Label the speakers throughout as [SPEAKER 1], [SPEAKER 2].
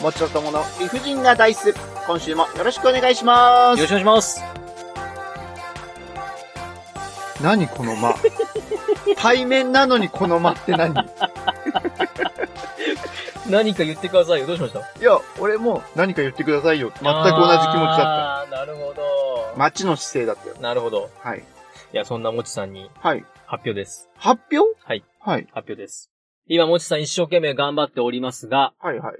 [SPEAKER 1] もちろともの理不尽なダイス。今週もよろしくお願いしま
[SPEAKER 2] よろ
[SPEAKER 1] す
[SPEAKER 2] し。くお願いします。
[SPEAKER 3] 何この 間。対面なのにこの間って何 い
[SPEAKER 2] 何か言ってくださいよ。どうしました全く
[SPEAKER 3] や、俺も何か言ってくださいよ。全く同じ気持ちだっ
[SPEAKER 2] った。なるほ
[SPEAKER 3] た。
[SPEAKER 2] ど。
[SPEAKER 3] 街の姿勢だったよ。
[SPEAKER 2] なるほど。
[SPEAKER 3] はい。
[SPEAKER 2] いや、そんなもちさんに
[SPEAKER 3] はい。
[SPEAKER 2] 発表です。
[SPEAKER 3] 発表
[SPEAKER 2] はい。
[SPEAKER 3] はい。
[SPEAKER 2] 発表です。今、もちさん一生懸命頑張っておりますが、
[SPEAKER 3] はいはい。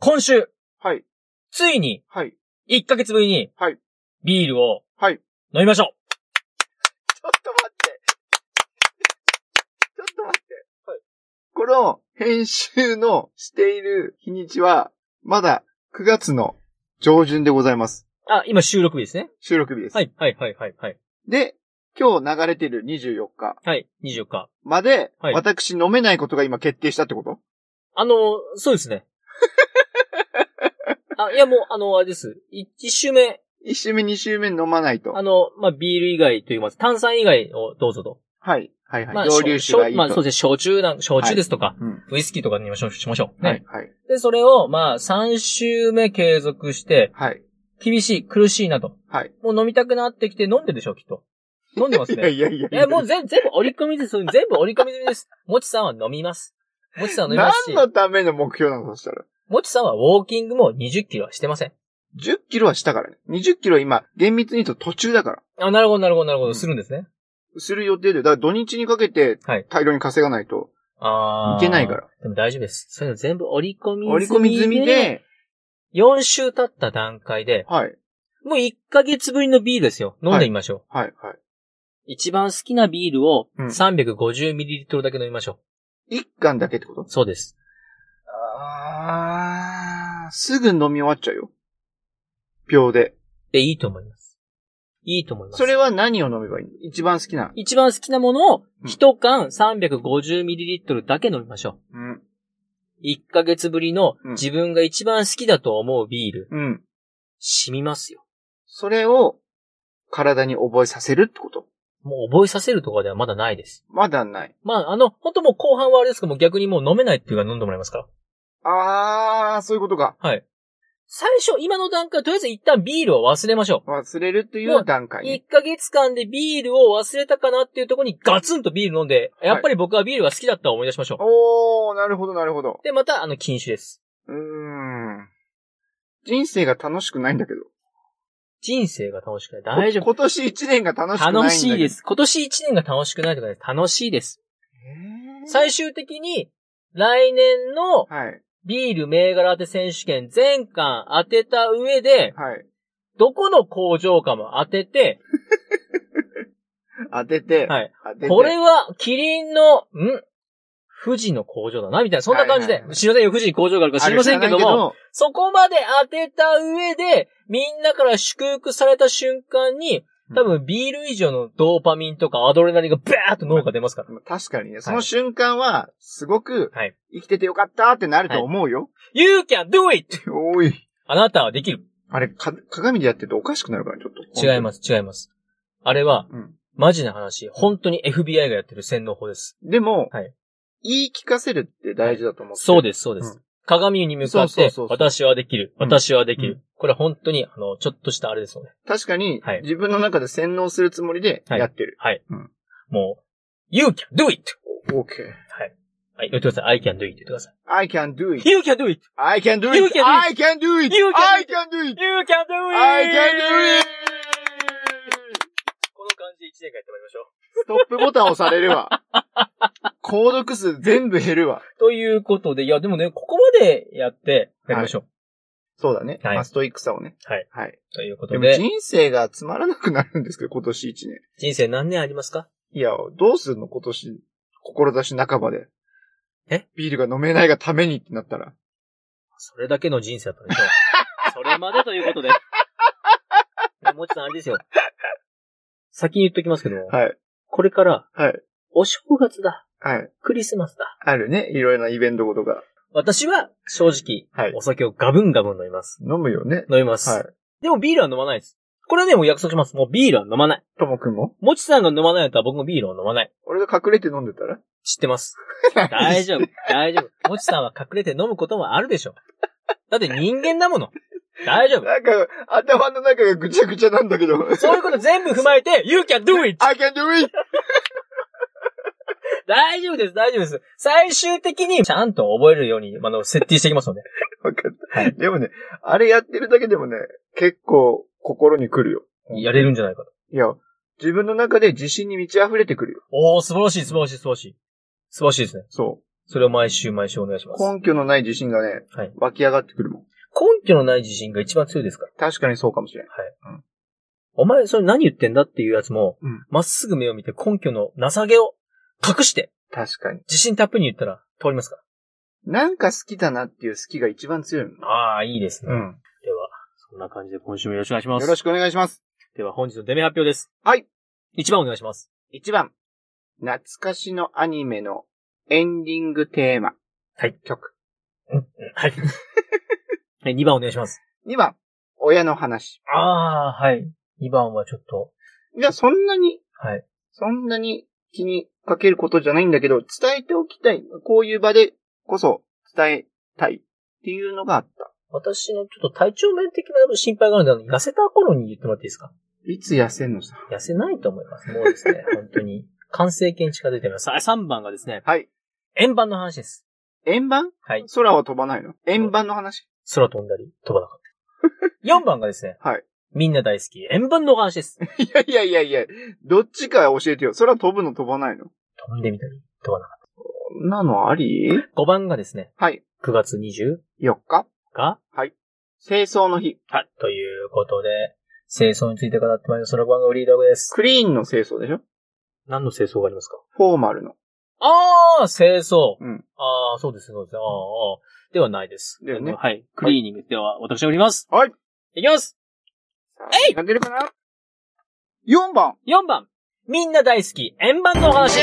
[SPEAKER 2] 今週、
[SPEAKER 3] はい。
[SPEAKER 2] ついに、
[SPEAKER 3] はい。ち
[SPEAKER 2] 1ヶ月ぶりに、
[SPEAKER 3] はい
[SPEAKER 2] ビールを、
[SPEAKER 3] はい
[SPEAKER 2] 飲みましょ
[SPEAKER 3] ょっと待って。 ちょっと待って。この編集のしている日にちは、まだ9月の上旬でございます。
[SPEAKER 2] うあ、今収録日ですね。
[SPEAKER 3] 収録日です。
[SPEAKER 2] はい、はい、はい、はい、はい。
[SPEAKER 3] で、今日流れてる24日
[SPEAKER 2] はい、24日。
[SPEAKER 3] まで、
[SPEAKER 2] はい
[SPEAKER 3] 私飲めないことが今決定したってこと
[SPEAKER 2] あの、そうです ね。あ、いやもう、あの、あれです。1週目、
[SPEAKER 3] 一周目、二周目飲まないと
[SPEAKER 2] あ。の、まあ、ビール以外というか、炭酸以外をどうぞと。
[SPEAKER 3] はい。はいはい。
[SPEAKER 2] まあ、
[SPEAKER 3] 蒸留酒がいいと。
[SPEAKER 2] まあ、そうですね、焼酎なん、焼酎ですとか、
[SPEAKER 3] うん。
[SPEAKER 2] ウイスキーとかにも消費しましょう。ね。
[SPEAKER 3] はい。はい。
[SPEAKER 2] で、それを、まあ、3週目継続して、
[SPEAKER 3] はい。
[SPEAKER 2] 厳しい、苦しいなと。
[SPEAKER 3] はい。
[SPEAKER 2] もう飲みたくなってきて飲んでるでしょう、きっと。飲んでま す
[SPEAKER 3] いや
[SPEAKER 2] ね。
[SPEAKER 3] いやいや
[SPEAKER 2] え、もう全、全部折り込みです。全部折り込み済みです。もちさんは飲みます。もちさんは飲みま
[SPEAKER 3] 何
[SPEAKER 2] すし、
[SPEAKER 3] のための目標なのそしたら。
[SPEAKER 2] もちさんはウォーキングも20キロはしてません。
[SPEAKER 3] 10キロはしたからね。20キロは今、厳密に言うと途中だから。
[SPEAKER 2] あ、なるほど、なるほど、なるほ
[SPEAKER 3] う
[SPEAKER 2] ど、
[SPEAKER 3] ん
[SPEAKER 2] するんですね。
[SPEAKER 3] する予定で。だから土日にかけて
[SPEAKER 2] はい、
[SPEAKER 3] 大量に稼がないと、
[SPEAKER 2] あー
[SPEAKER 3] いけないから。
[SPEAKER 2] でも大丈夫です。そういうの全部折り込み済みで。
[SPEAKER 3] 折り込み済み。で、
[SPEAKER 2] 4週経った段階で、
[SPEAKER 3] はい。
[SPEAKER 2] もう1ヶ月ぶりのビールですよ。飲んでみましょう。
[SPEAKER 3] はい、は
[SPEAKER 2] 一番好きなビールを
[SPEAKER 3] うん
[SPEAKER 2] 350ml だけ飲みましょう。
[SPEAKER 3] い。一貫だけってこと
[SPEAKER 2] そうです。
[SPEAKER 3] あー、すぐ飲み終わっちゃうよ。秒で。
[SPEAKER 2] で、いいと思います。いいと思います。
[SPEAKER 3] それは何を飲めばいいの一番好きな。
[SPEAKER 2] 一番好きなものを
[SPEAKER 3] うん
[SPEAKER 2] 一缶 350ml だけ飲みましょ
[SPEAKER 3] うん。
[SPEAKER 2] う。1ヶ月ぶりの
[SPEAKER 3] うん
[SPEAKER 2] 自分が一番好きだと思うビール、
[SPEAKER 3] うん。
[SPEAKER 2] 染みますよ。
[SPEAKER 3] それを、体に覚えさせるってこと
[SPEAKER 2] もう覚えさせるとかではまだないです。
[SPEAKER 3] まだない。
[SPEAKER 2] まあ、あの、本当もう後半はあれですけども、逆にもう飲めないっていうか飲んでもらいますから。
[SPEAKER 3] あー、そういうことか。
[SPEAKER 2] はい。最初、今の段階、とりあえず一旦ビールを忘れましょう。
[SPEAKER 3] 忘れるという段階
[SPEAKER 2] 一
[SPEAKER 3] に。
[SPEAKER 2] ヶ月間でビールを忘れたかなっていうところにガツンとビール飲んで、
[SPEAKER 3] い
[SPEAKER 2] やっぱり僕はビールが好きだったを思い出しましょう。
[SPEAKER 3] おー、なるほど、なるほど。
[SPEAKER 2] で、また、あの、禁酒です。
[SPEAKER 3] うーん。人生が楽しくないんだけど。
[SPEAKER 2] 人生が楽しくない。大丈
[SPEAKER 3] こ
[SPEAKER 2] 夫。
[SPEAKER 3] 今年一年が楽しくないんだけど。
[SPEAKER 2] 楽しいで。す。今年一年が楽しくないとかね、楽しいです。最終的に、来年の
[SPEAKER 3] はい、
[SPEAKER 2] ビール銘柄当て選手権全巻当てた上で、
[SPEAKER 3] はい。
[SPEAKER 2] どこの工場かも当てて、
[SPEAKER 3] 当てて、
[SPEAKER 2] はい。
[SPEAKER 3] 当てて。
[SPEAKER 2] これは、キリンの、ん富士の工場だな、みたいな。そんな感
[SPEAKER 3] はい
[SPEAKER 2] じで
[SPEAKER 3] はい。はい
[SPEAKER 2] 知りませんよ、富士に工場があるか知りませんけども、そこまで当てた上で、みんなから祝福された瞬間に、多分ビール以上のドーパミンとかアドレナリンがバーッと脳が出ますから。
[SPEAKER 3] まあ確かにね、その瞬間は、すごく
[SPEAKER 2] はい、
[SPEAKER 3] 生きててよかったってなると思うよ。
[SPEAKER 2] You can do it!
[SPEAKER 3] おい。
[SPEAKER 2] あなたはできる。
[SPEAKER 3] あれ、か、鏡でやってるとおかしくなるから、ちょっと。
[SPEAKER 2] 違います、違います。あれは、
[SPEAKER 3] す。うん。
[SPEAKER 2] マジな話、本当に FBI がやってる洗脳法です。
[SPEAKER 3] でも
[SPEAKER 2] はい、
[SPEAKER 3] 言い聞かせるって大事だと思って。
[SPEAKER 2] そうです、そうです。
[SPEAKER 3] うん
[SPEAKER 2] 鏡に向かっ
[SPEAKER 3] そうそう
[SPEAKER 2] て
[SPEAKER 3] そうそう、
[SPEAKER 2] 私はできる、私はでき
[SPEAKER 3] う
[SPEAKER 2] る。これは本当に、あの、ちょっとしたあれですよね。
[SPEAKER 3] 確かに
[SPEAKER 2] はい、
[SPEAKER 3] 自分の中で洗脳するつもりでやってる。
[SPEAKER 2] もう、You can do it!
[SPEAKER 3] OK。
[SPEAKER 2] はい、言ってください。I can do it 言ってくださ
[SPEAKER 3] I can do
[SPEAKER 2] い。
[SPEAKER 3] it.
[SPEAKER 2] You can do it!
[SPEAKER 3] I can do
[SPEAKER 2] You
[SPEAKER 3] it.
[SPEAKER 2] can do it.
[SPEAKER 3] I can do it.
[SPEAKER 2] You can do it.
[SPEAKER 3] I can do it.
[SPEAKER 2] You can do it!
[SPEAKER 3] I can do it.
[SPEAKER 2] この感じで1年間やってまいりましょう。
[SPEAKER 3] ストップボタン押されるわ。 購読数全部減るわ。
[SPEAKER 2] ということで、いや、でもね、ここまでやって、やりましょう。
[SPEAKER 3] そうだね。
[SPEAKER 2] はい
[SPEAKER 3] マストイクサをね。
[SPEAKER 2] はい。
[SPEAKER 3] はい。
[SPEAKER 2] というこ
[SPEAKER 3] で
[SPEAKER 2] と
[SPEAKER 3] も
[SPEAKER 2] で、
[SPEAKER 3] 人生がつまらなくなるんですけど、今年一年。
[SPEAKER 2] 人生何年ありますか
[SPEAKER 3] いや、どうするの今年、志半ばで。
[SPEAKER 2] え
[SPEAKER 3] ビールが飲めないがためにってなったら。
[SPEAKER 2] それだけの人生だったでしょう。それまでというこ とで。もちさん、あれですよ。先に言っときますけども、
[SPEAKER 3] はい。
[SPEAKER 2] これから、
[SPEAKER 3] はい。
[SPEAKER 2] お正月だ、
[SPEAKER 3] はい。
[SPEAKER 2] クリスマスだ。
[SPEAKER 3] あるね。いろいろなイベントごとが。
[SPEAKER 2] 私は、正直、
[SPEAKER 3] はい
[SPEAKER 2] お。酒をガブンガブン飲みます。
[SPEAKER 3] 飲むよね。
[SPEAKER 2] 飲みます。
[SPEAKER 3] はい。
[SPEAKER 2] でもビールは飲まないです。これはね、もう約束します。もうビールは飲まない。
[SPEAKER 3] ともくんも
[SPEAKER 2] もちさんが飲まないとは僕もビールを飲まない。
[SPEAKER 3] 俺が隠れて飲んでたら
[SPEAKER 2] 知ってます。大丈夫、大丈夫。もちさんは隠れて飲むこともあるでしょう。だって人間だもの。大丈夫。
[SPEAKER 3] なんか、頭の中がぐちゃぐちゃなんだけど。
[SPEAKER 2] そういうこと全部踏まえて、You can do it!
[SPEAKER 3] I can do it!
[SPEAKER 2] 大丈夫です、大丈夫です。最終的にちゃんと覚えるように、あの、設定していきますので。
[SPEAKER 3] わかった、でもね、あれやってるだけでもね、結構心に来るよ。
[SPEAKER 2] やれるんじゃないかと。
[SPEAKER 3] いや、自分の中で自信に満ち溢れてくるよ。
[SPEAKER 2] おー、素晴らしい、素晴らしい、素晴らしい。素晴らしいですね。
[SPEAKER 3] そ
[SPEAKER 2] それを毎週毎週お願いし
[SPEAKER 3] う。
[SPEAKER 2] ます。根
[SPEAKER 3] 根拠のない自信がね、
[SPEAKER 2] はい
[SPEAKER 3] 湧き上がってくるもん。
[SPEAKER 2] 拠のない自信が一番強いですから。
[SPEAKER 3] 確かにそうかもしれん。
[SPEAKER 2] お前、それ何言ってんだっていうやつも
[SPEAKER 3] うん、
[SPEAKER 2] ま、っすぐ目を見て根拠のなさげを隠して、
[SPEAKER 3] 確かに。
[SPEAKER 2] 自信たっぷりに言ったら通りますか
[SPEAKER 3] なんか好きだなっていう好きが一番強いもん
[SPEAKER 2] ら。ああ、いいですね。
[SPEAKER 3] うん。
[SPEAKER 2] では、そんな感じで今週もよろしくお願いしま
[SPEAKER 3] よ
[SPEAKER 2] す。
[SPEAKER 3] ろしくお願いします。
[SPEAKER 2] では、本日のデメ発表です。
[SPEAKER 3] はい。
[SPEAKER 2] 一番お願いします。
[SPEAKER 3] 1番、懐かしのアニメのエンディングテーマ。
[SPEAKER 2] はい。
[SPEAKER 3] 曲。
[SPEAKER 2] はい。 はい、2番お願いします。
[SPEAKER 3] 2番、親の話。
[SPEAKER 2] ああ、はい。2番はちょっと、
[SPEAKER 3] いや、そんなに、
[SPEAKER 2] はい。
[SPEAKER 3] そんなに気にかけることじゃないんだけど、伝えておきたい。こういう場でこそ伝えたいっていうのがあった。
[SPEAKER 2] 私のちょっと体調面的な心配があるんで、あの痩せた頃に言ってもらっていいですか
[SPEAKER 3] いつ痩せんのさ。
[SPEAKER 2] 痩せないと思います。もうですね、本当 に。完成形に近づいてます。あ3番がですね、
[SPEAKER 3] はい。
[SPEAKER 2] 円盤の話です。
[SPEAKER 3] 円盤
[SPEAKER 2] はい。
[SPEAKER 3] 空は飛ばないの円盤の話
[SPEAKER 2] 空飛んだり、飛ばなか った。4番がですね、
[SPEAKER 3] はい。
[SPEAKER 2] みんな大好き、円盤の話です。
[SPEAKER 3] いやいやいやいや、どっちか教えてよ。空飛ぶの飛ばないの
[SPEAKER 2] 飛んでみたり、飛ばなかっ
[SPEAKER 3] こんなのあり
[SPEAKER 2] た。5番がですね、
[SPEAKER 3] はい。
[SPEAKER 2] 9月20
[SPEAKER 3] 4日
[SPEAKER 2] 日
[SPEAKER 3] 清掃の日。
[SPEAKER 2] はい。ということで、清掃について語ってまいります。その番組リーダーです。
[SPEAKER 3] クリーンの清掃でしょ
[SPEAKER 2] 何の清掃がありますか
[SPEAKER 3] フォーマルの。
[SPEAKER 2] ああ、清掃。
[SPEAKER 3] うん
[SPEAKER 2] ああ、そうです、そうです。あーあー、ではないです。
[SPEAKER 3] だよね
[SPEAKER 2] あのはい。クリーニング。では、私が売ります。
[SPEAKER 3] はい。
[SPEAKER 2] いきます
[SPEAKER 3] えい出るかな ?4 番
[SPEAKER 2] !4 番。みんな大好き、円盤のお話。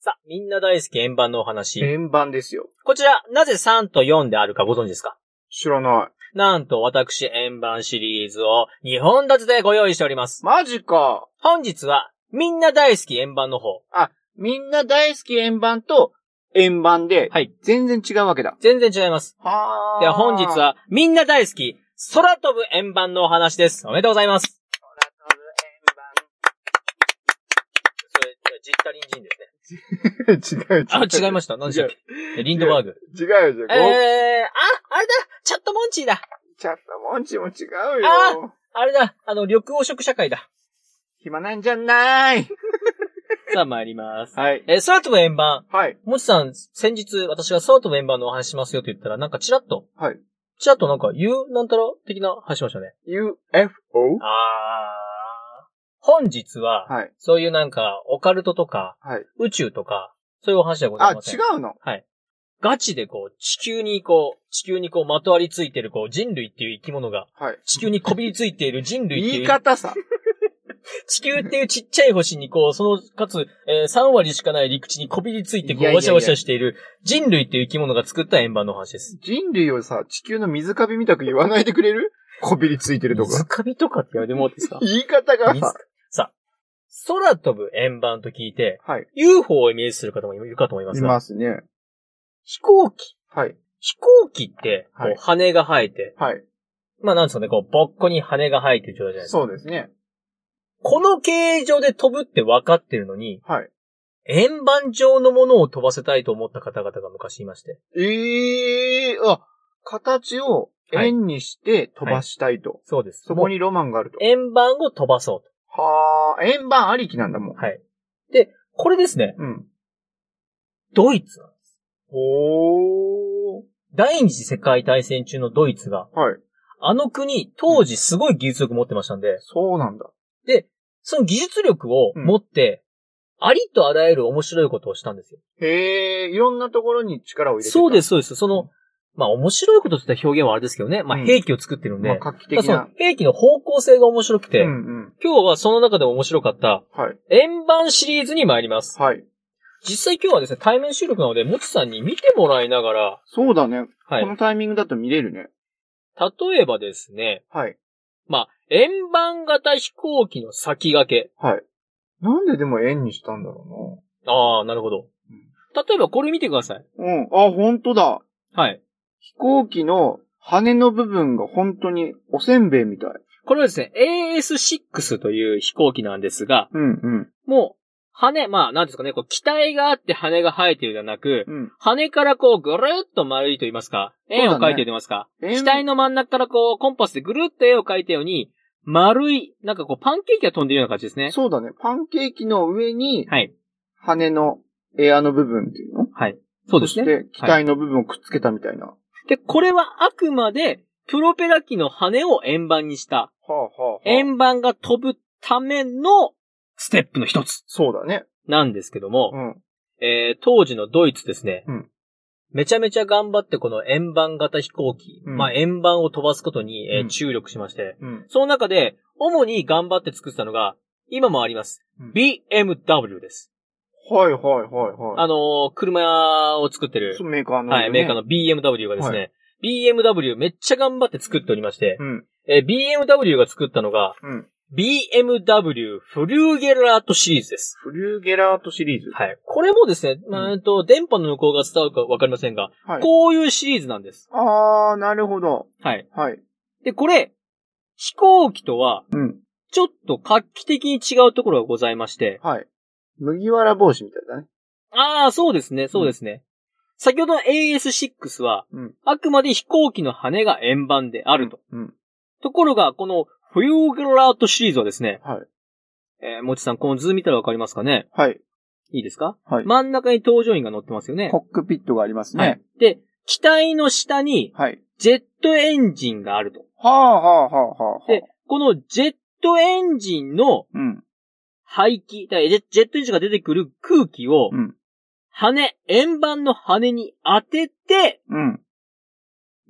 [SPEAKER 2] さあ、みんな大好き、円盤のお話。
[SPEAKER 3] 円盤ですよ。
[SPEAKER 2] こちら、なぜ3と4であるかご存知ですか
[SPEAKER 3] 知らない。
[SPEAKER 2] なんと、私、円盤シリーズを2本立てでご用意しております。
[SPEAKER 3] マジか。
[SPEAKER 2] 本日は、みんな大好き円盤の方。
[SPEAKER 3] みんな大好き円盤と円盤で、
[SPEAKER 2] はい。
[SPEAKER 3] 全然違うわけだ。
[SPEAKER 2] 全然違います。
[SPEAKER 3] はー
[SPEAKER 2] では本日、は、みんな大好き、空飛ぶ円盤のお話です。おめでとうございます。それ、ジッタリンジンですね。
[SPEAKER 3] 空飛ぶ円 盤。違
[SPEAKER 2] あ、
[SPEAKER 3] う違う。
[SPEAKER 2] 違いました。何でしたっけリンドバーグ。
[SPEAKER 3] 違うよ。
[SPEAKER 2] えー、あ、
[SPEAKER 3] え
[SPEAKER 2] あれだチャットモンチーだ
[SPEAKER 3] ちゃったもんちも違う
[SPEAKER 2] あ
[SPEAKER 3] よ。
[SPEAKER 2] あれだあの、緑黄色社会だ。
[SPEAKER 3] 暇なんじゃない。
[SPEAKER 2] さあ参ります。
[SPEAKER 3] はい。
[SPEAKER 2] えー空飛ぶ円盤。
[SPEAKER 3] はい。
[SPEAKER 2] もちさん、先日私が空飛ぶ円盤のお話しますよと言ったら、なんかチラッと。
[SPEAKER 3] はい。
[SPEAKER 2] チラッとなんか、言うなんたら的な話しましたね。
[SPEAKER 3] UFO?
[SPEAKER 2] あー。本日は、
[SPEAKER 3] はい。
[SPEAKER 2] そういうなんか、オカルトとか、
[SPEAKER 3] はい。
[SPEAKER 2] 宇宙とか、そういうお話ではござ
[SPEAKER 3] あ、
[SPEAKER 2] いません。
[SPEAKER 3] 違うの。
[SPEAKER 2] ガチでこう、地球にこう、地球にこう、まとわりついてるこう、人類っていう生き物が、
[SPEAKER 3] はい。
[SPEAKER 2] 地球にこびりついている人類って
[SPEAKER 3] 言
[SPEAKER 2] い、
[SPEAKER 3] いう方さ。
[SPEAKER 2] 地球っていうちっちゃい星にこう、その、かつ、えー3割しかない陸地にこびりついて
[SPEAKER 3] い
[SPEAKER 2] こ、
[SPEAKER 3] やいうやいや
[SPEAKER 2] わしゃわしゃしている人類っていう生き物が作った円盤の話です。
[SPEAKER 3] 人類をさ、地球の水カビみたく言わないでくれるこびりついてると
[SPEAKER 2] 水
[SPEAKER 3] か。
[SPEAKER 2] カビとかって言われてもらっていいです か
[SPEAKER 3] 言い方が
[SPEAKER 2] 水
[SPEAKER 3] さ。
[SPEAKER 2] さあ、空飛ぶ円盤と聞いて、
[SPEAKER 3] はい。
[SPEAKER 2] UFO をイメージする方もいるかと思いま
[SPEAKER 3] い
[SPEAKER 2] すが、
[SPEAKER 3] ますね。
[SPEAKER 2] 飛行機。
[SPEAKER 3] はい。
[SPEAKER 2] 飛行機って、こ
[SPEAKER 3] は
[SPEAKER 2] う
[SPEAKER 3] い
[SPEAKER 2] 羽が生えて、
[SPEAKER 3] はい。
[SPEAKER 2] まあなんですかね、こう、ぼっこに羽が生えてる状態じゃないですか。
[SPEAKER 3] そうですね。
[SPEAKER 2] この形状で飛ぶって分かってるのに、
[SPEAKER 3] はい。
[SPEAKER 2] 円盤状のものを飛ばせたいと思った方々が昔いまして。
[SPEAKER 3] ええー、あ、形を円にして飛ばしたいと。
[SPEAKER 2] そうです。
[SPEAKER 3] そこにロマンがあると
[SPEAKER 2] もう。円盤を飛ばそう
[SPEAKER 3] はあ、円盤ありきなんだもん。
[SPEAKER 2] と。はい。で、これですね、
[SPEAKER 3] うん。
[SPEAKER 2] ドイツなんです。
[SPEAKER 3] おー。
[SPEAKER 2] 第二次世界大戦中のドイツが、
[SPEAKER 3] はい。
[SPEAKER 2] あの国、当時すごい技術力持ってましたんで、
[SPEAKER 3] そうなんだ。
[SPEAKER 2] その技術力を持って、ありとあらゆる面白いことをしたんですよ。
[SPEAKER 3] へえ、いろんなところに力を入れてた
[SPEAKER 2] そうです、
[SPEAKER 3] す。
[SPEAKER 2] そうです。その、まあ面白いことって言ったら表現はあれですけどね、まあ
[SPEAKER 3] うん
[SPEAKER 2] 兵器を作ってるんで、
[SPEAKER 3] まあ、画期的
[SPEAKER 2] その
[SPEAKER 3] な。
[SPEAKER 2] 兵器の方向性が面白く
[SPEAKER 3] う
[SPEAKER 2] て、
[SPEAKER 3] んうん。
[SPEAKER 2] 今日はその中でも面白かった
[SPEAKER 3] はい。
[SPEAKER 2] 円盤シリーズに参ります。
[SPEAKER 3] はい。
[SPEAKER 2] 実際今日はですね、対面収録なので、もちさんに見てもらいながら、
[SPEAKER 3] そうだね。
[SPEAKER 2] は
[SPEAKER 3] この
[SPEAKER 2] い。
[SPEAKER 3] タイミングだと見れるね。
[SPEAKER 2] 例えばですね、
[SPEAKER 3] はい。
[SPEAKER 2] まあ、円盤型飛行機の先駆け。
[SPEAKER 3] はい。なんででも円にしたんだろ
[SPEAKER 2] ああ、なるほど
[SPEAKER 3] うん。
[SPEAKER 2] 例えばこれ見てください。
[SPEAKER 3] うん。あ、本当だ。
[SPEAKER 2] はい。
[SPEAKER 3] 飛行機の羽の部分が本当におせんべいみたい。
[SPEAKER 2] これはですね、AS6 という飛行機なんですが、
[SPEAKER 3] うんうん。
[SPEAKER 2] もう、羽、まあ、なんですかね、こう、機体があって羽が生えてるではなく、
[SPEAKER 3] うん。
[SPEAKER 2] 羽からこう、ぐるっと丸いと言いますか、
[SPEAKER 3] そうだね
[SPEAKER 2] 円を描いてると言いますか、
[SPEAKER 3] 円
[SPEAKER 2] 機体の真ん中からこう、コンパスでぐるっと円を描いたように、丸い、なんかこう、パンケーキが飛んでるような感じですね。
[SPEAKER 3] そうだね。パンケーキの上に、
[SPEAKER 2] はい。
[SPEAKER 3] 羽のエアの部分っていうの
[SPEAKER 2] はい。そうですね。
[SPEAKER 3] そして、機体の部分をくっつけたみたいな。は
[SPEAKER 2] で、これはあくまで、プロペラ機の羽を円盤にした、
[SPEAKER 3] あはあ、はあ
[SPEAKER 2] 円盤が飛ぶためのステップの一つ
[SPEAKER 3] そうだね。
[SPEAKER 2] なんですけども、
[SPEAKER 3] うん。
[SPEAKER 2] えー、当時のドイツですね、
[SPEAKER 3] うん
[SPEAKER 2] めちゃめちゃ頑張ってこの円盤型飛行機、
[SPEAKER 3] うん
[SPEAKER 2] まあ円盤を飛ばすことに、えー
[SPEAKER 3] うん
[SPEAKER 2] 注力しまして、
[SPEAKER 3] うん。
[SPEAKER 2] その中で主に頑張って作ってたのが、今もあります
[SPEAKER 3] うん。
[SPEAKER 2] BMW です。
[SPEAKER 3] はいはいはいはい。
[SPEAKER 2] あのー車を作ってる
[SPEAKER 3] そ、うメーカーの、ね。
[SPEAKER 2] はい、メーカーの BMW がですね、BMW めっちゃ頑張って作っておりまして
[SPEAKER 3] う、ん。
[SPEAKER 2] えー BMW が作ったのが、
[SPEAKER 3] うん。
[SPEAKER 2] BMW フルーゲラートシリーズです。
[SPEAKER 3] フルーゲラートシリーズ。
[SPEAKER 2] はい。これもですね、まあ、
[SPEAKER 3] うん
[SPEAKER 2] えっと、電波の向こうが伝わるかわかりませんが、
[SPEAKER 3] はい。
[SPEAKER 2] こういうシリーズなんです。
[SPEAKER 3] あー、なるほど。
[SPEAKER 2] はい。
[SPEAKER 3] はい。
[SPEAKER 2] で、これ、飛行機とは、
[SPEAKER 3] うん。
[SPEAKER 2] ちょっと画期的に違うところがございまして、
[SPEAKER 3] はい。麦わら帽子みたいだね。
[SPEAKER 2] ああ、そうですね、そうですね。先ほどの AS6 は、
[SPEAKER 3] うん
[SPEAKER 2] あくまで飛行機の羽が円盤であると。
[SPEAKER 3] うん。
[SPEAKER 2] ところが、この、フューグラートシリーズはですね、
[SPEAKER 3] はい。
[SPEAKER 2] えー、もちさん、この図見たらわかりますかね
[SPEAKER 3] はい。
[SPEAKER 2] いいですか
[SPEAKER 3] はい。
[SPEAKER 2] 真ん中に搭乗員が乗ってますよね。
[SPEAKER 3] コックピットがあります
[SPEAKER 2] はい
[SPEAKER 3] ね。。
[SPEAKER 2] で、機体の下に、
[SPEAKER 3] はい。
[SPEAKER 2] ジェットエンジンがあると。
[SPEAKER 3] はあはあはあはあはあ。
[SPEAKER 2] で、このジェットエンジンの
[SPEAKER 3] うん。
[SPEAKER 2] 排気、だからジェジェットエンジンが出てくる空気を、
[SPEAKER 3] うん。
[SPEAKER 2] 羽、円盤の羽に当てて、
[SPEAKER 3] うん。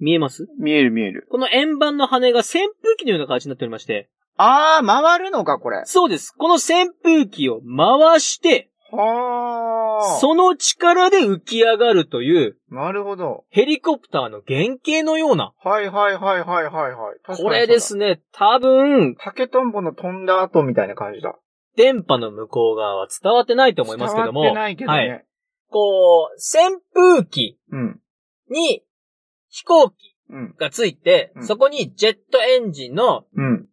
[SPEAKER 2] 見えます
[SPEAKER 3] 見える見える。
[SPEAKER 2] この円盤の羽が扇風機のような形になっておりまして、
[SPEAKER 3] あー、回るのか、これ。
[SPEAKER 2] そうです。この扇風機を回して、
[SPEAKER 3] はあ。
[SPEAKER 2] その力で浮き上がるという、
[SPEAKER 3] なるほど。
[SPEAKER 2] ヘリコプターの原型のような、
[SPEAKER 3] はいはいはいはいはいはい。確かにそうだ
[SPEAKER 2] これです。ね、多分、
[SPEAKER 3] 竹とんぼの飛んだ後みたいな感じだ。
[SPEAKER 2] 電波の向こう側は伝わってないと思いますけども、
[SPEAKER 3] 伝わってないけどね。
[SPEAKER 2] はい。こう、扇風機
[SPEAKER 3] うん。
[SPEAKER 2] に飛行機
[SPEAKER 3] うん。
[SPEAKER 2] がついて、
[SPEAKER 3] うん
[SPEAKER 2] そこにジェットエンジンの
[SPEAKER 3] うん。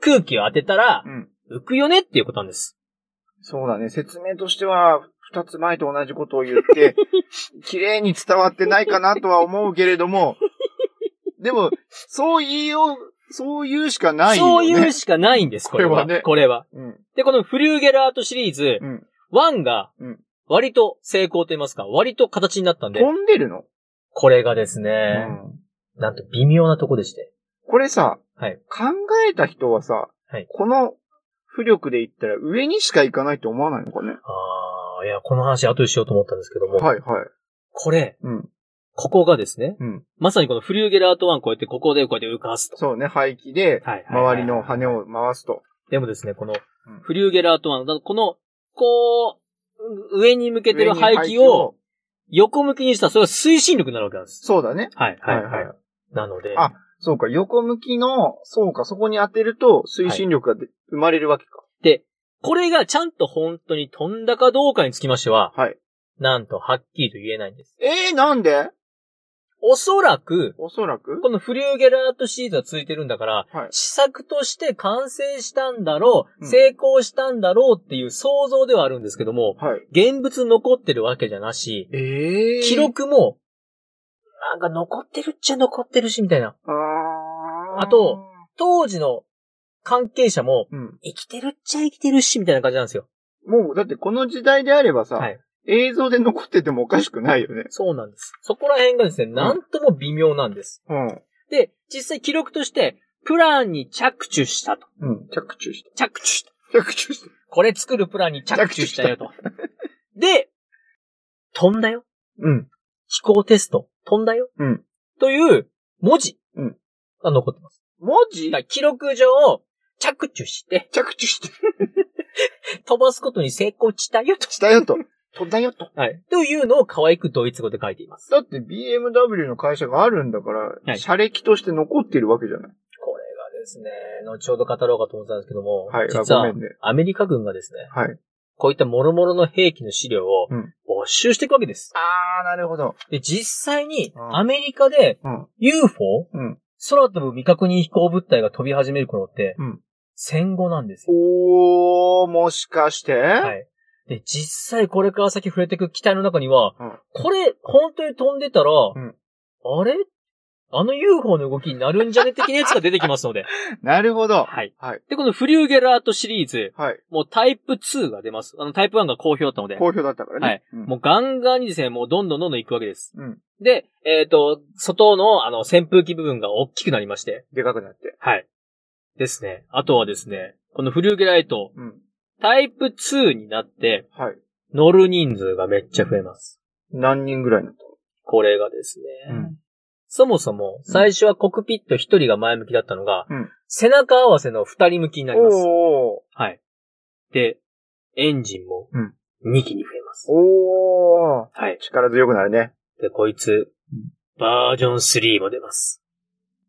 [SPEAKER 2] 空気を当てたら
[SPEAKER 3] う、ん。
[SPEAKER 2] 浮くよねっていうことなんです。
[SPEAKER 3] そうだね。説明としては、二つ前と同じことを言 って、綺麗に伝わってないかなとは思うけれども、でも、そう言いよう、そう言うしかないよ、ね。
[SPEAKER 2] そういうしかないんです、これは。
[SPEAKER 3] こ
[SPEAKER 2] こ
[SPEAKER 3] れは
[SPEAKER 2] れは,、
[SPEAKER 3] ねうん。
[SPEAKER 2] で、このフリューゲラートシリーズ
[SPEAKER 3] う、ん。
[SPEAKER 2] 1が
[SPEAKER 3] うん、
[SPEAKER 2] 割と成功と言いますか、割と形になったんで、
[SPEAKER 3] 飛んでるの、
[SPEAKER 2] これがですね、
[SPEAKER 3] うん
[SPEAKER 2] なんと微妙なとこでして。
[SPEAKER 3] これさ、
[SPEAKER 2] はい
[SPEAKER 3] 考えた人はさ、
[SPEAKER 2] はい
[SPEAKER 3] この浮力で言ったら上にしか行かないと思わないのかね。
[SPEAKER 2] あー、いや、この話後でしようと思ったんですけども、
[SPEAKER 3] はいはい。
[SPEAKER 2] これ、
[SPEAKER 3] うん。
[SPEAKER 2] ここがですね、
[SPEAKER 3] うん。
[SPEAKER 2] まさにこのフリューゲラート1こうやってここでこうやって浮かすと。
[SPEAKER 3] そうね、排気で、
[SPEAKER 2] はいはいは
[SPEAKER 3] 周
[SPEAKER 2] い
[SPEAKER 3] りの羽を回すと。
[SPEAKER 2] でもですね、この
[SPEAKER 3] うん、
[SPEAKER 2] フリューゲラート1、だからこの、こう、う上に向けて
[SPEAKER 3] 上
[SPEAKER 2] る
[SPEAKER 3] に
[SPEAKER 2] 排気を、横向きにしたら、それは推進力になるわけなんです。
[SPEAKER 3] そうだね。
[SPEAKER 2] はい、はい、
[SPEAKER 3] はいはい
[SPEAKER 2] はい。なので、
[SPEAKER 3] あそうか、横向きの、そうか、そこに当てると推進力がで、生まれるわけか。
[SPEAKER 2] これがちゃんと本当に飛んだかどうかにつきましては、
[SPEAKER 3] はい。
[SPEAKER 2] なんとはっきりと言えないんです。
[SPEAKER 3] ええー、なんで
[SPEAKER 2] おそらく、
[SPEAKER 3] おそらく
[SPEAKER 2] このフリューゲラートシリーズはついてるんだから、
[SPEAKER 3] はい。
[SPEAKER 2] 試作として完成したんだろ
[SPEAKER 3] う
[SPEAKER 2] う、
[SPEAKER 3] ん
[SPEAKER 2] 成功したんだろうっていう想像ではあるんですけども、
[SPEAKER 3] はい。
[SPEAKER 2] 現物残ってるわけじゃなし、
[SPEAKER 3] ええー。
[SPEAKER 2] 記録も、なんか残ってるっちゃ残ってるし、みたいな。
[SPEAKER 3] あー
[SPEAKER 2] あと、当時の関係者も、
[SPEAKER 3] うん。
[SPEAKER 2] 生きてるっちゃ生きてるし、みたいな感じなんですよ。
[SPEAKER 3] もう、だってこの時代であればさ、
[SPEAKER 2] はい
[SPEAKER 3] 映像で残っててもおかしくないよね。
[SPEAKER 2] そうなんです。そこら辺がですね、なんとも微妙なんです。
[SPEAKER 3] うん。
[SPEAKER 2] で、実際記録として、プランに着手したと。
[SPEAKER 3] うん。着中し
[SPEAKER 2] 着手した。
[SPEAKER 3] た。着中した。
[SPEAKER 2] これ作るプランに着手したよと。で、飛んだよ。
[SPEAKER 3] うん。
[SPEAKER 2] 飛行テスト。飛んだよ。
[SPEAKER 3] うん
[SPEAKER 2] という文字
[SPEAKER 3] うん
[SPEAKER 2] が残ってます。
[SPEAKER 3] 文字
[SPEAKER 2] だから記録上、着手して、
[SPEAKER 3] 着中して。
[SPEAKER 2] 飛ばすことに成功したよと。
[SPEAKER 3] したよと。飛んだよと。
[SPEAKER 2] はい。というのを可愛くドイツ語で書いています。
[SPEAKER 3] だって BMW の会社があるんだから、
[SPEAKER 2] はい
[SPEAKER 3] 車歴として残ってるわけじゃない。
[SPEAKER 2] これがですね、後ほど語ろうかと思ってたんですけども、
[SPEAKER 3] はい
[SPEAKER 2] 実
[SPEAKER 3] あ
[SPEAKER 2] は
[SPEAKER 3] ごめんね、
[SPEAKER 2] アメリカ軍がですね、
[SPEAKER 3] はい。
[SPEAKER 2] こういった諸々の兵器の資料を
[SPEAKER 3] うん
[SPEAKER 2] 没収していくわけです。
[SPEAKER 3] あー、なるほど。
[SPEAKER 2] で、実際に
[SPEAKER 3] うん
[SPEAKER 2] アメリカで
[SPEAKER 3] うん。
[SPEAKER 2] UFO、
[SPEAKER 3] うん
[SPEAKER 2] 空飛ぶ未確認飛行物体が飛び始める頃って
[SPEAKER 3] うん、
[SPEAKER 2] 戦後なんですよ。
[SPEAKER 3] おー、もしかして、
[SPEAKER 2] はい。で、実際これから先触れていく機体の中には、
[SPEAKER 3] うん
[SPEAKER 2] これ、本当に飛んでたら、
[SPEAKER 3] ん
[SPEAKER 2] あれあの UFO の動きになるんじゃね的なやつが出てきますので。
[SPEAKER 3] なるほど。
[SPEAKER 2] はい。
[SPEAKER 3] はい。
[SPEAKER 2] で、このフリューゲラートシリーズ、
[SPEAKER 3] はい。
[SPEAKER 2] もうタイプ2が出ます。あの、タイプ1が好評だったので。
[SPEAKER 3] 好評だったからね。
[SPEAKER 2] はい
[SPEAKER 3] うん
[SPEAKER 2] もうガンガンにですね、もうどんどんどんどん行くわけです。
[SPEAKER 3] うん。
[SPEAKER 2] で、えっ、と、外のあの扇風機部分が大きくなりまして。
[SPEAKER 3] でかくなって。
[SPEAKER 2] はい。ですね。あとはですね、このフリューゲライト、
[SPEAKER 3] うん。
[SPEAKER 2] タイプ2になって、
[SPEAKER 3] はい。
[SPEAKER 2] 乗る人数がめっちゃ増えます。
[SPEAKER 3] 何人ぐらいの
[SPEAKER 2] これがですね。
[SPEAKER 3] うん
[SPEAKER 2] そもそも、最初はコクピット1人が前向きだったのが、
[SPEAKER 3] うん
[SPEAKER 2] 背中合わせの2人向きになります。
[SPEAKER 3] お
[SPEAKER 2] はい。で、エンジンも
[SPEAKER 3] うん
[SPEAKER 2] 2機に増えま
[SPEAKER 3] ー。
[SPEAKER 2] す。
[SPEAKER 3] おー。
[SPEAKER 2] はい。
[SPEAKER 3] 力強くなるね。
[SPEAKER 2] で、こいつ
[SPEAKER 3] うん、
[SPEAKER 2] バージョン3も出ます。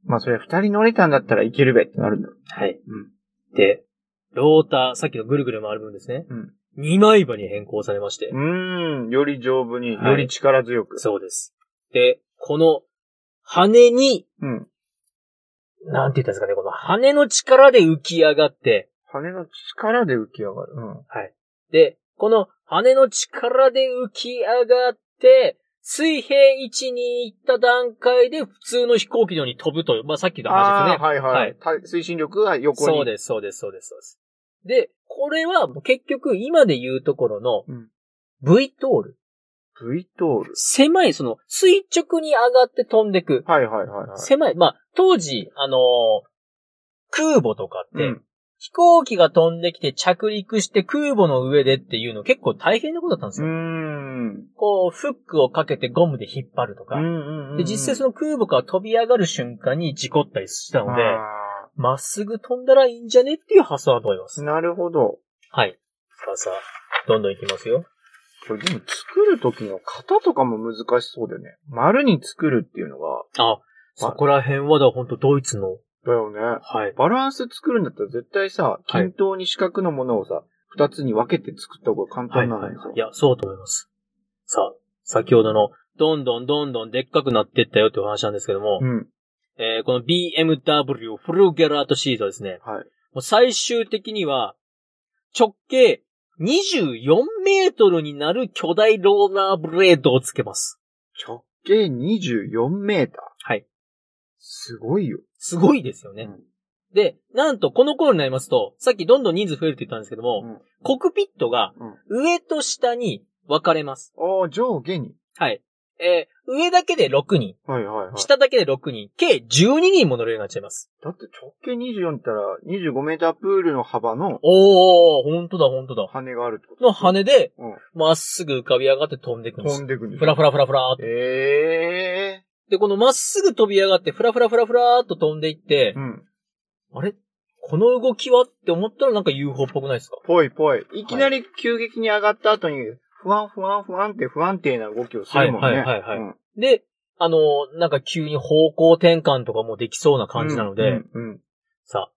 [SPEAKER 3] まあそれ二人乗れたんだったらいけるべってなるんだろう。
[SPEAKER 2] はい。
[SPEAKER 3] うん。
[SPEAKER 2] で、ローター、さっきのぐるぐる回る分ですね。
[SPEAKER 3] うん
[SPEAKER 2] 2枚刃に変更されまして。
[SPEAKER 3] うーん、より丈夫に、
[SPEAKER 2] はい
[SPEAKER 3] より力強く。
[SPEAKER 2] そうです。で、この、羽に、
[SPEAKER 3] うん。
[SPEAKER 2] なんて言ったんですかね、この羽の力で浮き上がって、
[SPEAKER 3] 羽の力で浮き上がる。うん。
[SPEAKER 2] で、この羽の力で浮き上がって、水平位置に行った段階で普通の飛行機のように飛ぶという、まあさっきの話で
[SPEAKER 3] あー。
[SPEAKER 2] すね
[SPEAKER 3] はいは
[SPEAKER 2] はいい。
[SPEAKER 3] た推進力が横に。
[SPEAKER 2] そうです、そうです、そうです、そうです。で、これはもう結局今で言うところの
[SPEAKER 3] うん、
[SPEAKER 2] V トール。
[SPEAKER 3] す。V トール。
[SPEAKER 2] 狭い、その、垂直に上がって飛んでく。
[SPEAKER 3] はいはいはいはい。
[SPEAKER 2] 狭い。まあ、当時、あのー空母とかって、
[SPEAKER 3] うん
[SPEAKER 2] 飛行機が飛んできて着陸して空母の上でっていうの結構大変なことだったんです
[SPEAKER 3] うー
[SPEAKER 2] よ。
[SPEAKER 3] ん。
[SPEAKER 2] こう、フックをかけてゴムで引っ張るとか。
[SPEAKER 3] ん
[SPEAKER 2] で、実際そ
[SPEAKER 3] の、
[SPEAKER 2] の空母から飛び上がる瞬間に事故ったりしたので、
[SPEAKER 3] あ
[SPEAKER 2] まっすぐ飛んだらいいんじゃねっていう発想だと思いま
[SPEAKER 3] ー
[SPEAKER 2] す。
[SPEAKER 3] なるほど。
[SPEAKER 2] はい。さあさあ、どんどん行きますよ。
[SPEAKER 3] これでも作る時の型とかも難しそうだよね。丸に作るっていうのが、
[SPEAKER 2] あ、そこら辺はだ、ほんとドイツの。
[SPEAKER 3] だよね。
[SPEAKER 2] はい。
[SPEAKER 3] バランス作るんだったら絶対さ、
[SPEAKER 2] はい
[SPEAKER 3] 均等に四角のものをさ、二つに分けて作った方が簡
[SPEAKER 2] は
[SPEAKER 3] 単
[SPEAKER 2] い、
[SPEAKER 3] なの
[SPEAKER 2] はい
[SPEAKER 3] よ。。
[SPEAKER 2] いや、そうと思います。さあ、先ほどの、どんどんどんどんでっかくなってったよっていう話なんですけども、
[SPEAKER 3] うん。
[SPEAKER 2] えーこの BMW フルゲラートシリーズはですね、
[SPEAKER 3] はい。
[SPEAKER 2] もう最終的には、直径24メートルになる巨大ローラーブレードをつけます。
[SPEAKER 3] 直径24メーター。
[SPEAKER 2] はい。
[SPEAKER 3] すごいよ。
[SPEAKER 2] すごいですよね。で、なんとこの頃になりますと、さっきどんどん人数増えるって言ったんですけども、
[SPEAKER 3] うん
[SPEAKER 2] コクピットが上と下に分かれます。
[SPEAKER 3] ああ、上下に。
[SPEAKER 2] はい。えー上だけで6人、
[SPEAKER 3] はいはいはい。
[SPEAKER 2] 下だけで6人、計12人も乗れるようになっちゃいます。
[SPEAKER 3] だって直径24って言ったら25メータープールの幅の
[SPEAKER 2] おー、ほんとだほんとだ。
[SPEAKER 3] 羽があるってこと
[SPEAKER 2] の羽で、
[SPEAKER 3] うん
[SPEAKER 2] まっすぐ浮かび上がって飛んでいくんです
[SPEAKER 3] 飛ん。でくんで
[SPEAKER 2] ふらふらふらふらーっと
[SPEAKER 3] ええ
[SPEAKER 2] で、このまっすぐ飛び上がって、ふらふらふらふらーっと飛んでいって
[SPEAKER 3] ー。う、ん。
[SPEAKER 2] あれこの動きはって思ったらなんか UFO っぽくないですか
[SPEAKER 3] ぽいぽい。いきなり急激に上がった後に、不安不安不安って不安定な動きをするもんね。
[SPEAKER 2] はいはいはいはい
[SPEAKER 3] うん
[SPEAKER 2] で、あのーなんか急に方向転換とかもできそうな感じなので、
[SPEAKER 3] うんうん。
[SPEAKER 2] さあ、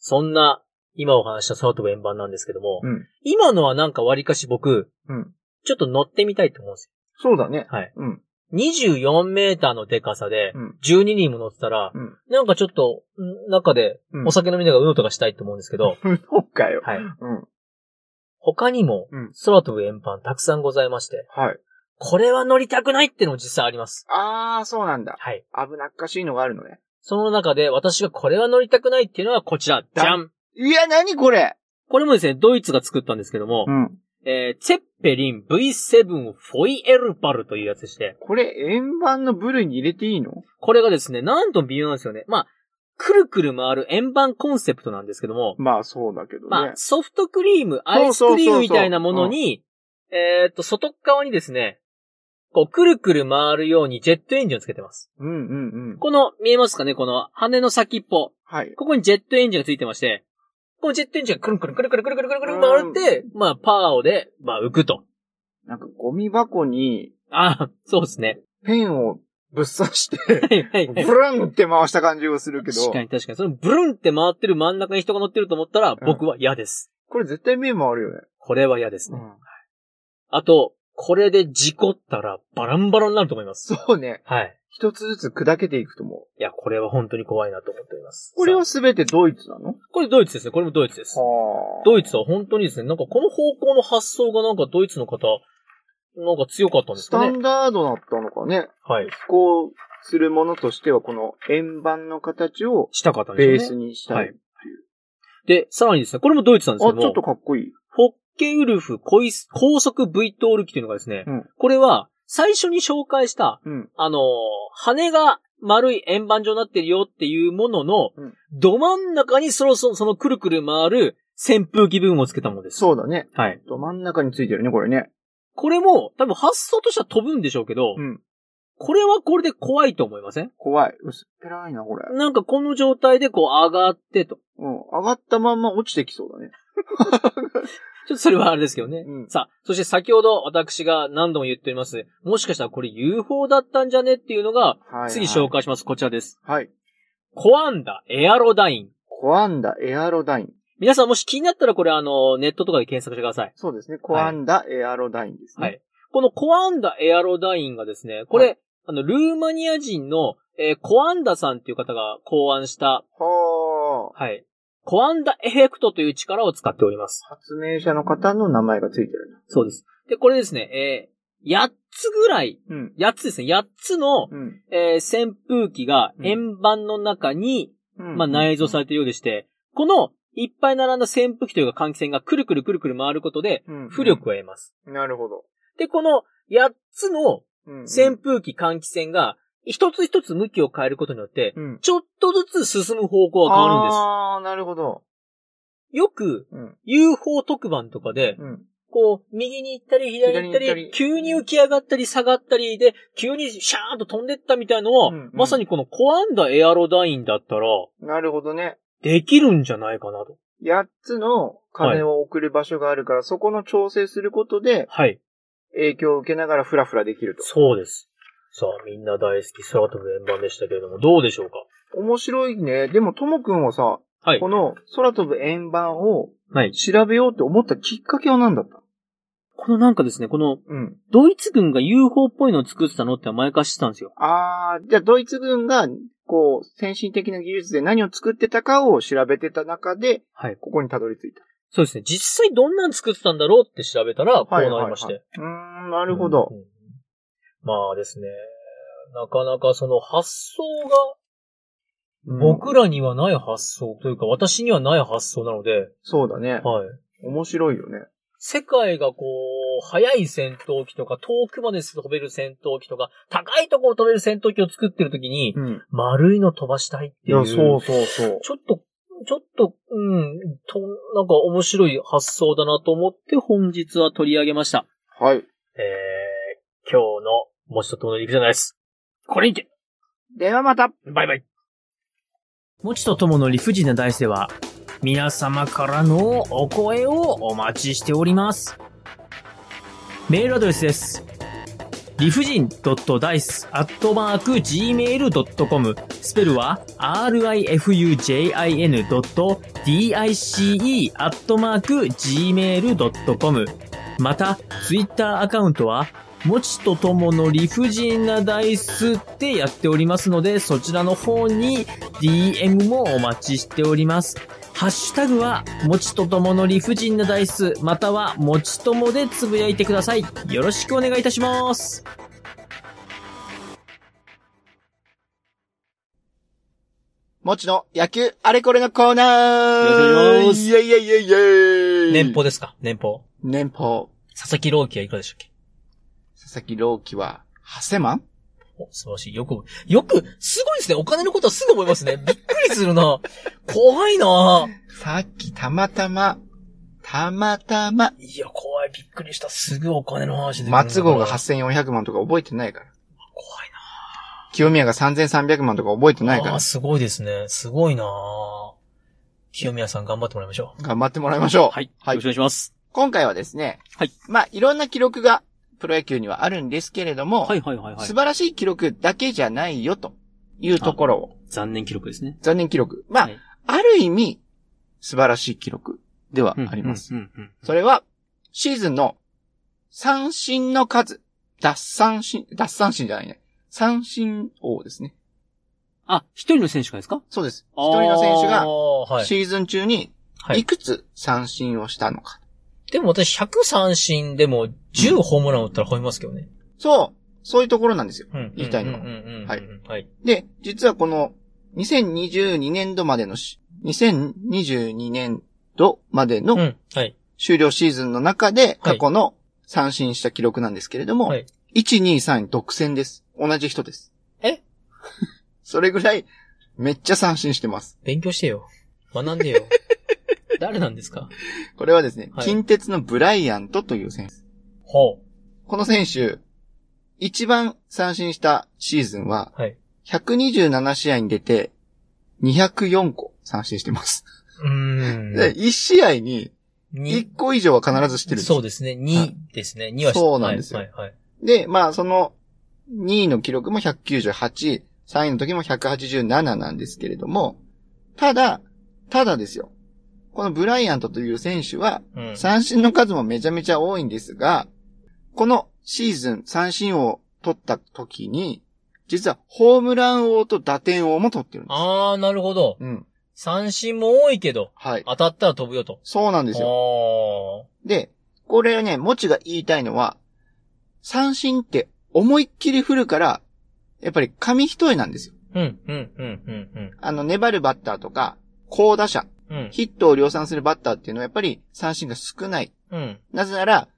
[SPEAKER 2] そんな、今お話した空飛ぶ円盤なんですけども、
[SPEAKER 3] うん
[SPEAKER 2] 今のはなんか割かし僕、
[SPEAKER 3] うん
[SPEAKER 2] ちょっと乗ってみたいと思うんです
[SPEAKER 3] そうだね。
[SPEAKER 2] はい
[SPEAKER 3] うん。
[SPEAKER 2] よ。24メーターのデカさで
[SPEAKER 3] う、ん。
[SPEAKER 2] 12人も乗ってたら、
[SPEAKER 3] うん
[SPEAKER 2] なんかちょっと、ん中で、
[SPEAKER 3] うん
[SPEAKER 2] お酒飲みながらうのとかしたいと思うんですけど、
[SPEAKER 3] そうかよ。
[SPEAKER 2] はい。
[SPEAKER 3] うん。
[SPEAKER 2] 他にも、
[SPEAKER 3] うん。
[SPEAKER 2] 空飛ぶ円盤たくさんございまして、
[SPEAKER 3] はい。
[SPEAKER 2] これは乗りたくないってのも実際あります。
[SPEAKER 3] ああ、そうなんだ。
[SPEAKER 2] はい。
[SPEAKER 3] 危なっかしいのがあるのね。
[SPEAKER 2] その中で私がこれは乗りたくないっていうのはこちら、じゃん
[SPEAKER 3] いや、なにこれ
[SPEAKER 2] これもですね、ドイツが作ったんですけども、
[SPEAKER 3] ん。
[SPEAKER 2] えー、ツェッペリン V7 フォイエルパルというやつでして、
[SPEAKER 3] これ、円盤の部類に入れていいの
[SPEAKER 2] これがですね、なんとも微妙なんですよね。まあ、くるくる回る円盤コンセプトなんですけども、
[SPEAKER 3] まあ、そうだけどね。
[SPEAKER 2] まあ、ソフトクリーム、
[SPEAKER 3] うそうそうそう
[SPEAKER 2] アイスクリームみたいなものに、えーっと、外側にですね、こう、くるくる回るようにジェットエンジンをつけてます。
[SPEAKER 3] うんうんうん。
[SPEAKER 2] この、見えますかねこの羽の先っぽ。
[SPEAKER 3] はい。
[SPEAKER 2] ここにジェットエンジンがついてまして、このジェットエンジンがくるんくるんくるんくるんくるんくるんくるんくるん回って、まあ、パーをで、まあ、浮くと。
[SPEAKER 3] なんか、ゴミ箱に、
[SPEAKER 2] ああ、そうですね。
[SPEAKER 3] ペンをぶっ刺して、
[SPEAKER 2] はいはい
[SPEAKER 3] ブ
[SPEAKER 2] はい。
[SPEAKER 3] ルンって回した感じをするけ
[SPEAKER 2] 確
[SPEAKER 3] ど
[SPEAKER 2] か、に確かに。そのブルンって回ってる真ん中に人が乗ってると思ったら、僕は嫌です。
[SPEAKER 3] これ絶対目回るよね。
[SPEAKER 2] これは嫌です
[SPEAKER 3] う
[SPEAKER 2] ね。
[SPEAKER 3] ん。
[SPEAKER 2] あと、これで事故ったらバランバラになると思います。
[SPEAKER 3] そうね。
[SPEAKER 2] はい。
[SPEAKER 3] 一つずつ砕けていくと思う。
[SPEAKER 2] いや、これは本当に怖いなと思っております。
[SPEAKER 3] これは
[SPEAKER 2] さ
[SPEAKER 3] すべてドイツなの
[SPEAKER 2] あこれドイツですね。これもドイツです。
[SPEAKER 3] は
[SPEAKER 2] ドイツは本当にですね、なんかこの方向の発想がなんかドイツの方、なんか強かったんです
[SPEAKER 3] ス
[SPEAKER 2] か
[SPEAKER 3] タ
[SPEAKER 2] ね
[SPEAKER 3] ン。ダードだったのかね。
[SPEAKER 2] はい。
[SPEAKER 3] 飛行するものとしては、この円盤の形を
[SPEAKER 2] した方ですね。
[SPEAKER 3] ベースにした
[SPEAKER 2] はい
[SPEAKER 3] い。。
[SPEAKER 2] で、さらにですね、これもドイツなんです
[SPEAKER 3] あ、
[SPEAKER 2] けど
[SPEAKER 3] ちょっ
[SPEAKER 2] も
[SPEAKER 3] と、かっこいい。
[SPEAKER 2] フォッケウルフ高い高速 V トール機というのがですね、
[SPEAKER 3] うん
[SPEAKER 2] これは最初に紹介した、
[SPEAKER 3] うん。
[SPEAKER 2] あのー羽が丸い円盤状になってるよっていうものの、
[SPEAKER 3] うん
[SPEAKER 2] ど真ん中にそろそろそのくるくる回る扇風機部分をつけたものです。
[SPEAKER 3] そうだね。
[SPEAKER 2] はい。
[SPEAKER 3] ど真ん中についてるね、これね。
[SPEAKER 2] これも多分発想としては飛ぶんでしょうけど、
[SPEAKER 3] うん。
[SPEAKER 2] これはこれで怖いと思いません
[SPEAKER 3] 怖い。薄っぺらいな、これ。
[SPEAKER 2] なんかこの状態でこう上がってと。
[SPEAKER 3] うん。上がったまんま落ちてきそうだね。
[SPEAKER 2] ちょっとそれはあれですけどね。
[SPEAKER 3] うん
[SPEAKER 2] さあ、そして先ほど私が何度も言っております、もしかしたらこれ UFO だったんじゃねっていうの
[SPEAKER 3] は
[SPEAKER 2] が、
[SPEAKER 3] い、はい。
[SPEAKER 2] 次紹。介します。こちらです。
[SPEAKER 3] はい。
[SPEAKER 2] コアンダエアロダイン。
[SPEAKER 3] コアンダエアロダイン。
[SPEAKER 2] 皆さんもし気になったらこれあの、ネットとかで検索してください。
[SPEAKER 3] そうですね。コアンダエアロダインですね。
[SPEAKER 2] はい。このコアンダエアロダインがですね、これ、
[SPEAKER 3] は
[SPEAKER 2] あの、ルーマニア人の、えーコアンダさんっていう方が考案した、
[SPEAKER 3] はあ。
[SPEAKER 2] はい。コアンダエフェクトという力を使っております。
[SPEAKER 3] 発明者の方の名前がついてるな。
[SPEAKER 2] そうです。で、これですね、えー、8つぐらい、
[SPEAKER 3] うん。
[SPEAKER 2] 8つですね、8つ
[SPEAKER 3] う
[SPEAKER 2] の、
[SPEAKER 3] ん。
[SPEAKER 2] えー扇風機が
[SPEAKER 3] うん
[SPEAKER 2] 円盤の中に、
[SPEAKER 3] うん
[SPEAKER 2] まあ、内蔵さ
[SPEAKER 3] れ
[SPEAKER 2] れているようでして、この、いっぱい並んだ扇風機というか換気扇がくるくるくるくる回ることで、浮力を得ます。
[SPEAKER 3] なるほど。
[SPEAKER 2] で、この8つの
[SPEAKER 3] うん
[SPEAKER 2] 扇風機換気扇が、一つ一つ向きを変えることによって、
[SPEAKER 3] うん。
[SPEAKER 2] ちょっとずつ進む方向が変わるんで
[SPEAKER 3] ああ、なるほど。
[SPEAKER 2] す。よく、
[SPEAKER 3] うん。
[SPEAKER 2] UFO 特番とかで、
[SPEAKER 3] うん。
[SPEAKER 2] こう、右に行ったり、左に行った
[SPEAKER 3] 左に行っ、
[SPEAKER 2] り
[SPEAKER 3] たり
[SPEAKER 2] 急に浮き上がったり、下がったりで、急にシャーンと飛んでったみたいのは、
[SPEAKER 3] うんうん
[SPEAKER 2] まさにこのコアンダエアロダインだったら、
[SPEAKER 3] なるほどね。
[SPEAKER 2] できるんじゃないかなと。
[SPEAKER 3] 8つの金を送る場所があるから、そこの調整することで
[SPEAKER 2] はい。
[SPEAKER 3] 影響を受けながらフラフラできる
[SPEAKER 2] そうです。さあ、みんな大好き空飛ぶ円盤でしたけれども、どうでしょうか
[SPEAKER 3] と。面白いね。でも、ともくんはさ、
[SPEAKER 2] はい
[SPEAKER 3] こ。の空飛ぶ円盤を
[SPEAKER 2] はい。
[SPEAKER 3] 調べようって思ったきっかけは何だった
[SPEAKER 2] このなんかですね、この、
[SPEAKER 3] うん。
[SPEAKER 2] ドイツ軍が UFO っぽいのを作ってたのって前から知ってたんですよ。
[SPEAKER 3] あー、じゃあドイツ軍が、こう、先進的な技術で何を作ってたかを調べてた中で、
[SPEAKER 2] はい。
[SPEAKER 3] ここにたどり着いた。
[SPEAKER 2] そうですね。実際どんなの作ってたんだろうって調べたら、こうなりまして。
[SPEAKER 3] はいはいはい。うーん、なるほど
[SPEAKER 2] うん。うんうんまあですね、なかなかその発想
[SPEAKER 3] うん
[SPEAKER 2] が、僕らにはない発想というか、私にはない発想なので、
[SPEAKER 3] そうだね。
[SPEAKER 2] はい。
[SPEAKER 3] 面白いよね。
[SPEAKER 2] 世界がこう、速い戦闘機とか、遠くまで飛べる戦闘機とか、高いところを飛べる戦闘機を作ってるときに、
[SPEAKER 3] うん。
[SPEAKER 2] 丸いの飛ばしたいって
[SPEAKER 3] い
[SPEAKER 2] いう。
[SPEAKER 3] や、そうそうそう。
[SPEAKER 2] ちょっと、ちょっと、うん、と、なんか面白い発想だなと思って本日は取り上げました。
[SPEAKER 3] はい。
[SPEAKER 2] えー、今日の、もちとともの陸じゃないです。これにて
[SPEAKER 3] ではまた
[SPEAKER 2] バイバイ。もちとともの理不尽な大世は、皆様からのお声をお待ちしております。メールアドレスです。理不尽 .dice.gmail.com スペルは rifujin.dice.gmail.com また、ツイッターアカウントは、もちとともの理不尽なダイスってやっておりますので、そちらの方に DM もお待ちしております。ハッシュタグは、もちとともの理不尽なダイス、または、もちともでつぶやいてください。よろしくお願いいたします。
[SPEAKER 1] もちの野球あれこれのコーナ
[SPEAKER 2] よ
[SPEAKER 1] ー
[SPEAKER 2] ろし
[SPEAKER 1] イェイイェイイェイイェイ
[SPEAKER 2] 年俸ですか年俸。
[SPEAKER 1] 年俸。
[SPEAKER 2] 佐々木朗希はいかがでしたっけ
[SPEAKER 1] 佐々木朗希は、8000万
[SPEAKER 2] お、素晴らしい。よく、よく、すごいですね。お金のことはすぐ思います ね。びっくりするな。怖いな
[SPEAKER 1] さっきたまたま、たまたま、
[SPEAKER 2] いや、怖い。びっくりした。すぐお金の話で。
[SPEAKER 1] 松郷が
[SPEAKER 2] 怖い
[SPEAKER 1] 8400万とか覚えてないから。
[SPEAKER 2] な
[SPEAKER 1] 清宮が3300万とか覚えてないか
[SPEAKER 2] あ
[SPEAKER 1] ら
[SPEAKER 2] あ、。すごいですね。すごいなあ清宮さん頑張ってもらいましょう。
[SPEAKER 1] 頑張ってもらいましょう。
[SPEAKER 2] はい。
[SPEAKER 1] はい
[SPEAKER 2] よろしくお願いします。
[SPEAKER 1] 今回はですね。
[SPEAKER 2] はい
[SPEAKER 1] まあ、いろんな記録がプロ野球にはあるんですけれども、
[SPEAKER 2] はいはいはいはい
[SPEAKER 1] 素。晴らしい記録だけじゃないよというところを、
[SPEAKER 2] 残念記録ですね。
[SPEAKER 1] 残念記録。まあ、
[SPEAKER 2] はい
[SPEAKER 1] ある意味、素晴らしい記録ではあります。
[SPEAKER 2] うんうんうん
[SPEAKER 1] それは、
[SPEAKER 3] シーズンの三振の数、脱三振、脱三振じゃないね。三振王ですね。
[SPEAKER 4] あ、一人の選手がですか
[SPEAKER 3] そうです。一人の選手
[SPEAKER 2] あー
[SPEAKER 3] が
[SPEAKER 2] はい。
[SPEAKER 3] シーズン中に
[SPEAKER 2] はい
[SPEAKER 3] いくつ三振をしたのか。
[SPEAKER 2] でも私100三振でも10ホームラン打ったら吠えますけどね。
[SPEAKER 3] そう、そういうところなんですよ。
[SPEAKER 2] うん
[SPEAKER 3] 言いたいのは
[SPEAKER 2] うんうんうんうん
[SPEAKER 3] はい
[SPEAKER 2] はい。
[SPEAKER 3] で、実はこの2022年度までのし、2022年度まで
[SPEAKER 2] う
[SPEAKER 3] の
[SPEAKER 2] ん。はい。
[SPEAKER 3] 終了シーズンの中で
[SPEAKER 2] は
[SPEAKER 3] 過
[SPEAKER 2] い
[SPEAKER 3] 去の三振した記録なんですけれども、
[SPEAKER 2] はい
[SPEAKER 3] 1、2、3独占です。同じ人です。
[SPEAKER 2] え
[SPEAKER 3] それぐらいめっちゃ三振してます。
[SPEAKER 2] 勉強してよ。学んでよ。 誰なんですか
[SPEAKER 3] これはですね、
[SPEAKER 2] はい
[SPEAKER 3] 近鉄のブライアントという選手。
[SPEAKER 2] ほ
[SPEAKER 3] この選手、一番三振したシーズンは、
[SPEAKER 2] う。はい。
[SPEAKER 3] 127試合に出て、204個三振してます。
[SPEAKER 2] うー
[SPEAKER 3] で、
[SPEAKER 2] ん。
[SPEAKER 3] 1試合に
[SPEAKER 2] に
[SPEAKER 3] 1個以上は必ずしてるんです
[SPEAKER 2] そうですね。
[SPEAKER 3] は
[SPEAKER 2] 2
[SPEAKER 3] い
[SPEAKER 2] ですね。2は
[SPEAKER 3] そうなんですよ
[SPEAKER 2] はい、はい。
[SPEAKER 3] で、まあ、その、2位の記録も198、3位の時も187なんですけれども、ただ、ただですよ。このブライアントという選手は、
[SPEAKER 2] はいうん。
[SPEAKER 3] 三振の数もめちゃめちゃ多いんですが、このシーズン三振王を取った時に、実はホームラン王と打点王も取ってるんです。
[SPEAKER 2] あー、なるほど。
[SPEAKER 3] うん。
[SPEAKER 2] 三振も多いけど、
[SPEAKER 3] はい。
[SPEAKER 2] 当たったら飛ぶよと。
[SPEAKER 3] そうなんですよ。
[SPEAKER 2] よ。
[SPEAKER 3] で、これね、もちが言いたいのは、三振って思いっきり振るから、やっぱり紙一重なんですよ。
[SPEAKER 2] うん、うん、うん、うん、
[SPEAKER 3] あの、粘るバッターとか、高打者、
[SPEAKER 2] うん。うん。
[SPEAKER 3] ヒットを量産するバッターっていうのはやっぱり三振が少ない。
[SPEAKER 2] うん、
[SPEAKER 3] なぜなら、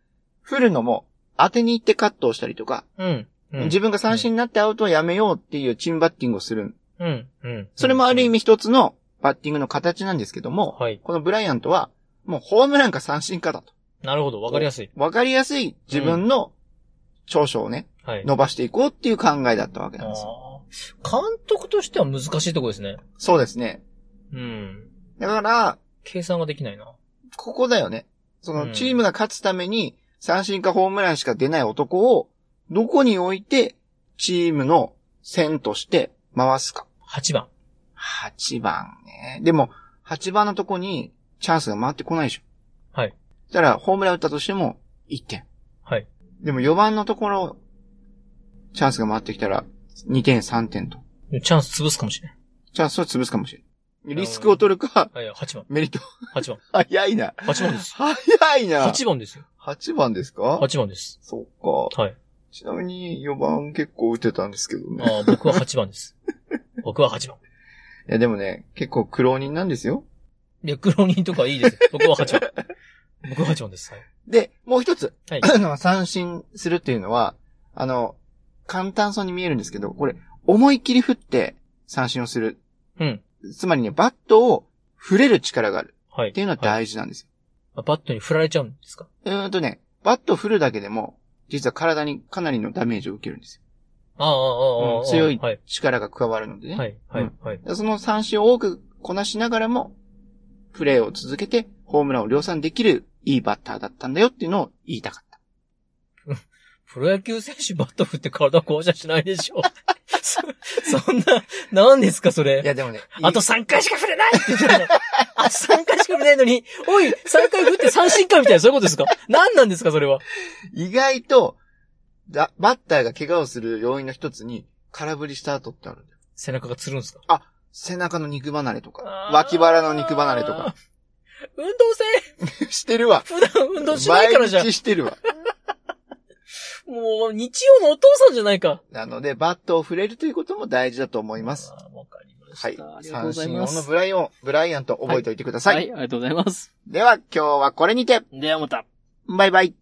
[SPEAKER 3] 振るのも当てに行ってカットをしたりとか、
[SPEAKER 2] うん。うん
[SPEAKER 3] 自分が三振になってアウトをやめようっていうチームバッティングをする。
[SPEAKER 2] うん、うん。
[SPEAKER 3] それもある意
[SPEAKER 2] 味。
[SPEAKER 3] 味一つのバッティングの形なんですけども、
[SPEAKER 2] はい。
[SPEAKER 3] このブライアントは、もうホームランか三振かだと。
[SPEAKER 2] なるほど。わかりやすい。
[SPEAKER 3] わかりやすい自分の長所をね、
[SPEAKER 2] はい。
[SPEAKER 3] 伸ばしていこうっていう考えだったわけ
[SPEAKER 2] あ
[SPEAKER 3] なんですよ。
[SPEAKER 2] ー監督としては難しいとこですね。
[SPEAKER 3] そうですね。
[SPEAKER 2] うん。
[SPEAKER 3] だから、
[SPEAKER 2] 計算ができないな。
[SPEAKER 3] ここだよね。そうの
[SPEAKER 2] ん
[SPEAKER 3] チームが勝つために三振かホームランしか出ない男をどこに置いてチームの線として回すか。
[SPEAKER 2] 8番。
[SPEAKER 3] 8番ね。でも、8番のとこにチャンスが回ってこないでしょ。
[SPEAKER 2] はい。
[SPEAKER 3] だから、ホームラン打ったとしても1点。
[SPEAKER 2] はい。
[SPEAKER 3] でも4番のところ、チャンスが回ってきたら2点、3点と。
[SPEAKER 2] チャンス潰すかもしれない。
[SPEAKER 3] チャンスを潰すかもしれない。リスクを取るか、
[SPEAKER 2] はいや、8番。
[SPEAKER 3] メリット。
[SPEAKER 2] 8番。
[SPEAKER 3] 早いな。
[SPEAKER 2] 8番です。
[SPEAKER 3] 早いな。
[SPEAKER 2] 8番ですよ。
[SPEAKER 3] 8番ですか
[SPEAKER 2] 8番です。
[SPEAKER 3] そっか。
[SPEAKER 2] はい。
[SPEAKER 3] ちなみに4番結構打てたんですけどね。
[SPEAKER 2] ああ、僕は8番です。僕は8番。
[SPEAKER 3] いやでもね、結構苦労人なんですよ。
[SPEAKER 2] いや、黒人とかはいい ですよ。僕は8番。僕は8番です。はい。
[SPEAKER 3] で、もう一つ。
[SPEAKER 2] はい
[SPEAKER 3] 三振するっていうのは、あの、簡単そうに見えるんですけど、これ、思い切り振って三振をする。
[SPEAKER 2] うん。
[SPEAKER 3] つまりね、バットを振れる力がある
[SPEAKER 2] はい。
[SPEAKER 3] っていうのは
[SPEAKER 2] は
[SPEAKER 3] 大事なんですよ。
[SPEAKER 2] あバットに振られちゃうんですか
[SPEAKER 3] うーんとね、バットを振るだけでも、実は体にかなりのダメージを受けるんですよ。
[SPEAKER 2] ああ、ああ、あ
[SPEAKER 3] うん
[SPEAKER 2] あ。
[SPEAKER 3] 強い
[SPEAKER 2] はい。
[SPEAKER 3] 力が加わるのでね。
[SPEAKER 2] はい。はい。はい。
[SPEAKER 3] その三振を多くこなしながらも、プレーを続けて、ホームランを量産できるいいバッターだったんだよっていうのを言いたかった。
[SPEAKER 2] プロ野球選手バット振って体壊しゃしないでしょ。 そそんな、何ですか、それ。
[SPEAKER 3] や、でもね、
[SPEAKER 2] あと3回しか振れないって言ってたの。 あ、3回しか振れないのに、おい、3回振って三振かみたいな、そういうことですか何なんですか、それは。
[SPEAKER 3] 意外と、だバッターが怪我をする要因の一つに、空振りした後ってあるんだよ。
[SPEAKER 2] 背中がつるんですか
[SPEAKER 3] 背中の肉離れとか
[SPEAKER 2] あ、ー
[SPEAKER 3] 脇腹の肉離れとか、
[SPEAKER 2] 運動
[SPEAKER 3] してるわ。
[SPEAKER 2] せ普段運動しないからじゃん
[SPEAKER 3] 毎。日してるわ。
[SPEAKER 2] もう、日曜のお父さんじゃないか。
[SPEAKER 3] なので、バットを振れるということも大事だと思います。
[SPEAKER 2] あーわかりま
[SPEAKER 3] は
[SPEAKER 2] し
[SPEAKER 3] い
[SPEAKER 2] た。。ありがとう
[SPEAKER 3] 三
[SPEAKER 2] ござい
[SPEAKER 3] 振
[SPEAKER 2] ま
[SPEAKER 3] 王の
[SPEAKER 2] す。
[SPEAKER 3] ブライオン、ブライアンと覚えておいてください。
[SPEAKER 4] はい、ありがとうございます。
[SPEAKER 3] では、今日はこれにて、
[SPEAKER 4] ではまた。
[SPEAKER 3] バイバイ。